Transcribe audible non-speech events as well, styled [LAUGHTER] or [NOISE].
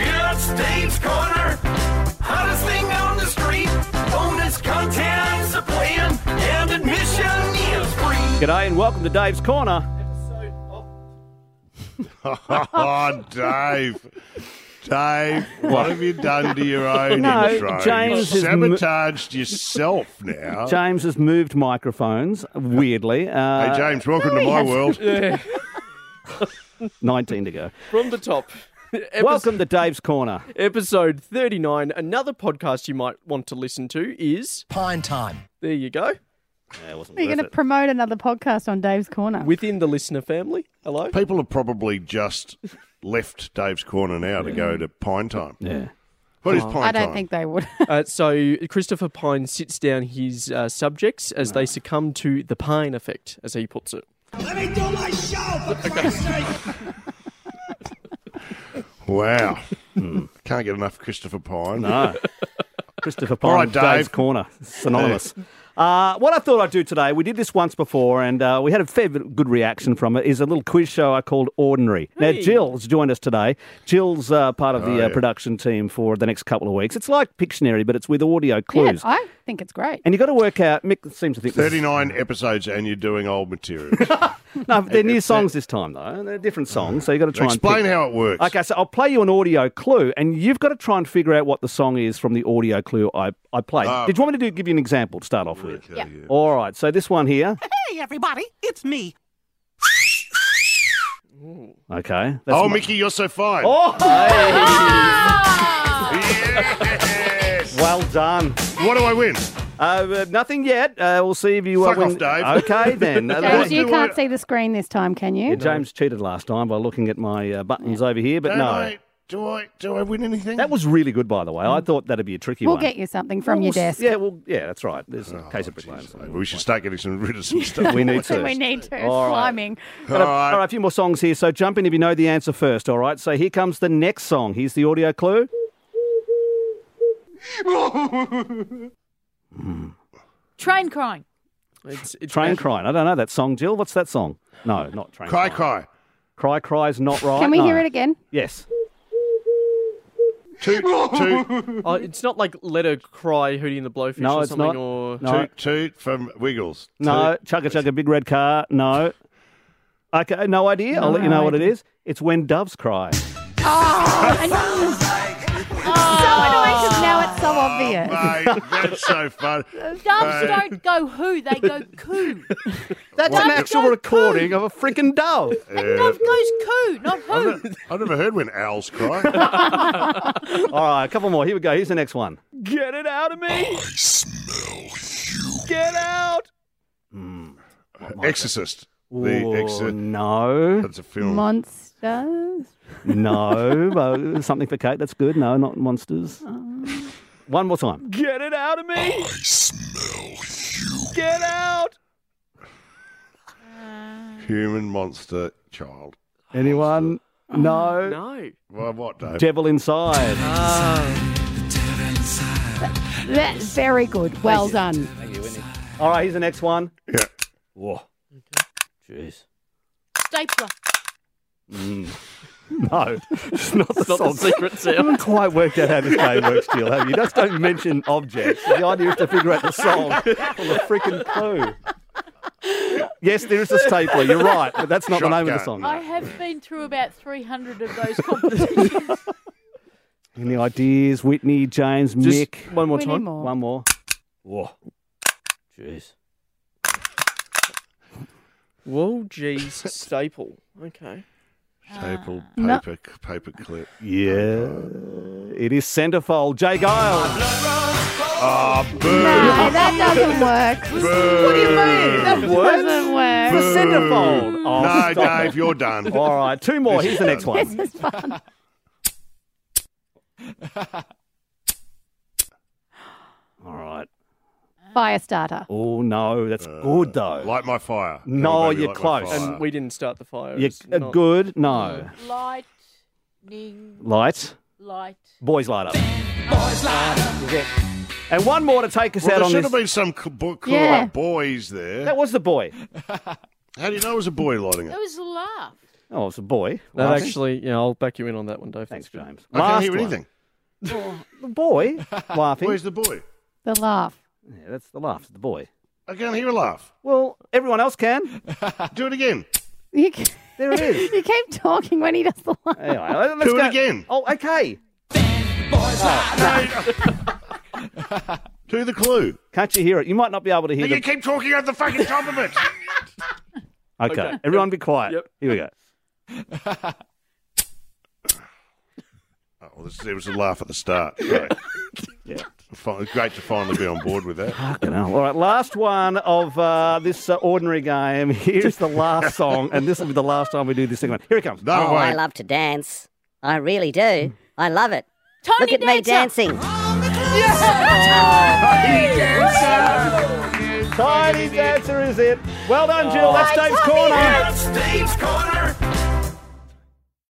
It's Dave's Corner. Hottest thing on the street. Bonus contents are playing, and admission is free. G'day and welcome to Dave's Corner. Oh, Dave. [LAUGHS] Dave, what have you done to your own No, intro? James is You've m- sabotaged yourself now. James has moved microphones weirdly. Uh, hey, James, welcome to my world. Nineteen to go. From the top. Epis- Welcome to Dave's Corner. Episode 39. Another podcast you might want to listen to is. Pine time. There you go. Are you going to promote another podcast on Dave's Corner? Within the listener family. Hello. People have probably just left Dave's Corner now to go to Pine Time. Yeah. What is Pine I don't Time? think [LAUGHS] they would. Uh, so Christopher Pine sits down his uh, subjects as they succumb to the Pine effect, as he puts it. Let me do my show, for Christ's sake. [LAUGHS] Wow. Hmm. Can't get enough Christopher Pine. No. [LAUGHS] Christopher Pine, All right, Dave's Dave. Corner, [LAUGHS] synonymous. Uh, what I thought I'd do today, we did this once before, and uh, we had a fair bit good reaction from it. Is a little quiz show I called Ordinary. Now Hey. Jill's joined us today. Jill's uh, part of the Oh, uh, yeah. production team for the next couple of weeks. It's like Pictionary, but it's with audio clues. Yeah, [LAUGHS] I think it's great. and you got to work out. Mick seems to think this- 39 episodes and you're doing old material. No, they're new songs this time though. They're different songs, so you got to try Explain and pick- how it works. Okay, so I'll play you an audio clue, and you've got to try and figure out what the song is from the audio clue I, I played. Ah. Did you want me to do, give you an example to start off with? Yeah. All right, so this one here. Hey, everybody, it's me. [LAUGHS] Okay. That's Oh, my- Mickey, you're so fine. Oh, [LAUGHS] Yes. Well done. What do I win? Uh, Uh, nothing yet. Uh, we'll see if you. Uh, Fuck off, win- [LAUGHS] Dave. Okay [LAUGHS] then. Uh, James, you do can't I- see the screen this time, can you? James cheated last time by looking at my uh, buttons over here, but Don't no. I- do I do I win anything? That was really good, by the way. Mm. I thought that'd be a tricky We'll one. get you something from Well, your we'll s- desk. Yeah, well, yeah, that's right. There's Oh, a case of brick Jesus, lanes. mate. We should start getting some rid [LAUGHS] of some stuff. We need to. [LAUGHS] We need to. It's All right. climbing. Got a- All right. all right, a few more songs here. So jump in if you know the answer first. All right. So here comes the next song. Here's the audio clue. Train crying. It's, it's Train crying. I don't know that song, Jill. What's that song? No, not train. Cry, crying. Cry, cry. cry is not right. Can we No. hear it again? [LAUGHS] Yes. [LAUGHS] Toot, toot, Oh, it's not like let her cry, Hootie and the Blowfish No, or it's something. not. Or No. toot, toot from Wiggles. No. Toot. Chugga chugga big red car. No. Okay. No idea. I'll let you know what it is. It's when doves cry. Oh, now it's so obvious. Mate, that's so [LAUGHS] fun. Doves Mate, don't go who, they go coo. That's an actual go recording of a freaking dove. And dove goes coo, not who. [LAUGHS] I've never heard when owls [LAUGHS] Oh cry. [LAUGHS] all right. A couple more. Here we go. Here's the next one. Get it out of me. I smell you. Get out. Exorcist. Oh, The Exorcist. no. That's a film. Monsters. No. Uh, something for Kate. That's good. No, not [LAUGHS] monsters. One more time. Get it out of me. I smell you. Get out. Human monster child. Anyone? No. No. Well, what, Dave? Devil inside. That's very good. Well done. All right, here's the next one. Yeah. Whoa. Jeez. Stapler. [LAUGHS] No, it's not the It's not the song. secret I sound. haven't quite worked out how this game works, Jill, have you? Just don't mention objects. The idea is to figure out the song from a freaking clue. Yes, there is a stapler. You're right, but that's not the name of the Shotgun. song. I have been through about 300 of those competitions. Any ideas? Whitney, James, Just Mick. one more We need time. more. One more. Whoa. Jeez. Whoa, geez, staple. Okay. Staple, No. paper, paper clip. Yeah. It is centerfold. Jay Giles. Ah, boo. No, that doesn't work. What do you mean? That Doesn't The work. centerfold. Oh, No, stop it. Oh. Dave, [LAUGHS] you're done. All right, two more. Here's the next [LAUGHS] This one. is fun. All right. Fire starter. Oh no, that's good though. Light my fire. No, Little baby, you're light my close. fire. And we didn't start the fire. You're It's uh, not- good. No. Lightning, Light. light. Boys light up. Boys light up. And one more to take us Well, out there on should this. have been some c- book called Yeah. boys there. That was the boy. How do you know it was a boy lighting It it? was a laugh. Oh, it's a boy. That Martin. actually, yeah, I'll back you in on that one, Dave. Thanks, James. I can't Last hear one. anything. The [LAUGHS] boy laughing. Where's the boy? The laugh. Yeah, that's the laugh. It's the boy. I can't hear a laugh. Well, everyone else can. Do it again. You, c- [LAUGHS] There it [LAUGHS] is. you keep talking when he does the laugh. Anyway, let's Do it go- again. Oh, okay. Do the clue. Can't you hear it? You might not be able to hear And you it. keep talking over the fucking top of it. [LAUGHS] Okay. everyone be quiet. Yep. Here we go. oh, well, this, there was a laugh at the start. [LAUGHS] Great. Yeah. Fi- Great to finally be on board with that. Fucking hell. All right, last one of uh, this uh, ordinary game. [LAUGHS] Here's the last [LAUGHS] song, and this will be the last time we do this segment. Here it comes. No Oh, I way. love to dance. I really do. I love it. Tony Look at me Dancer. dancing. [LAUGHS] Tiny Dancer is it. Well done, Jill. That's Dave's Corner. That's Dave's Corner.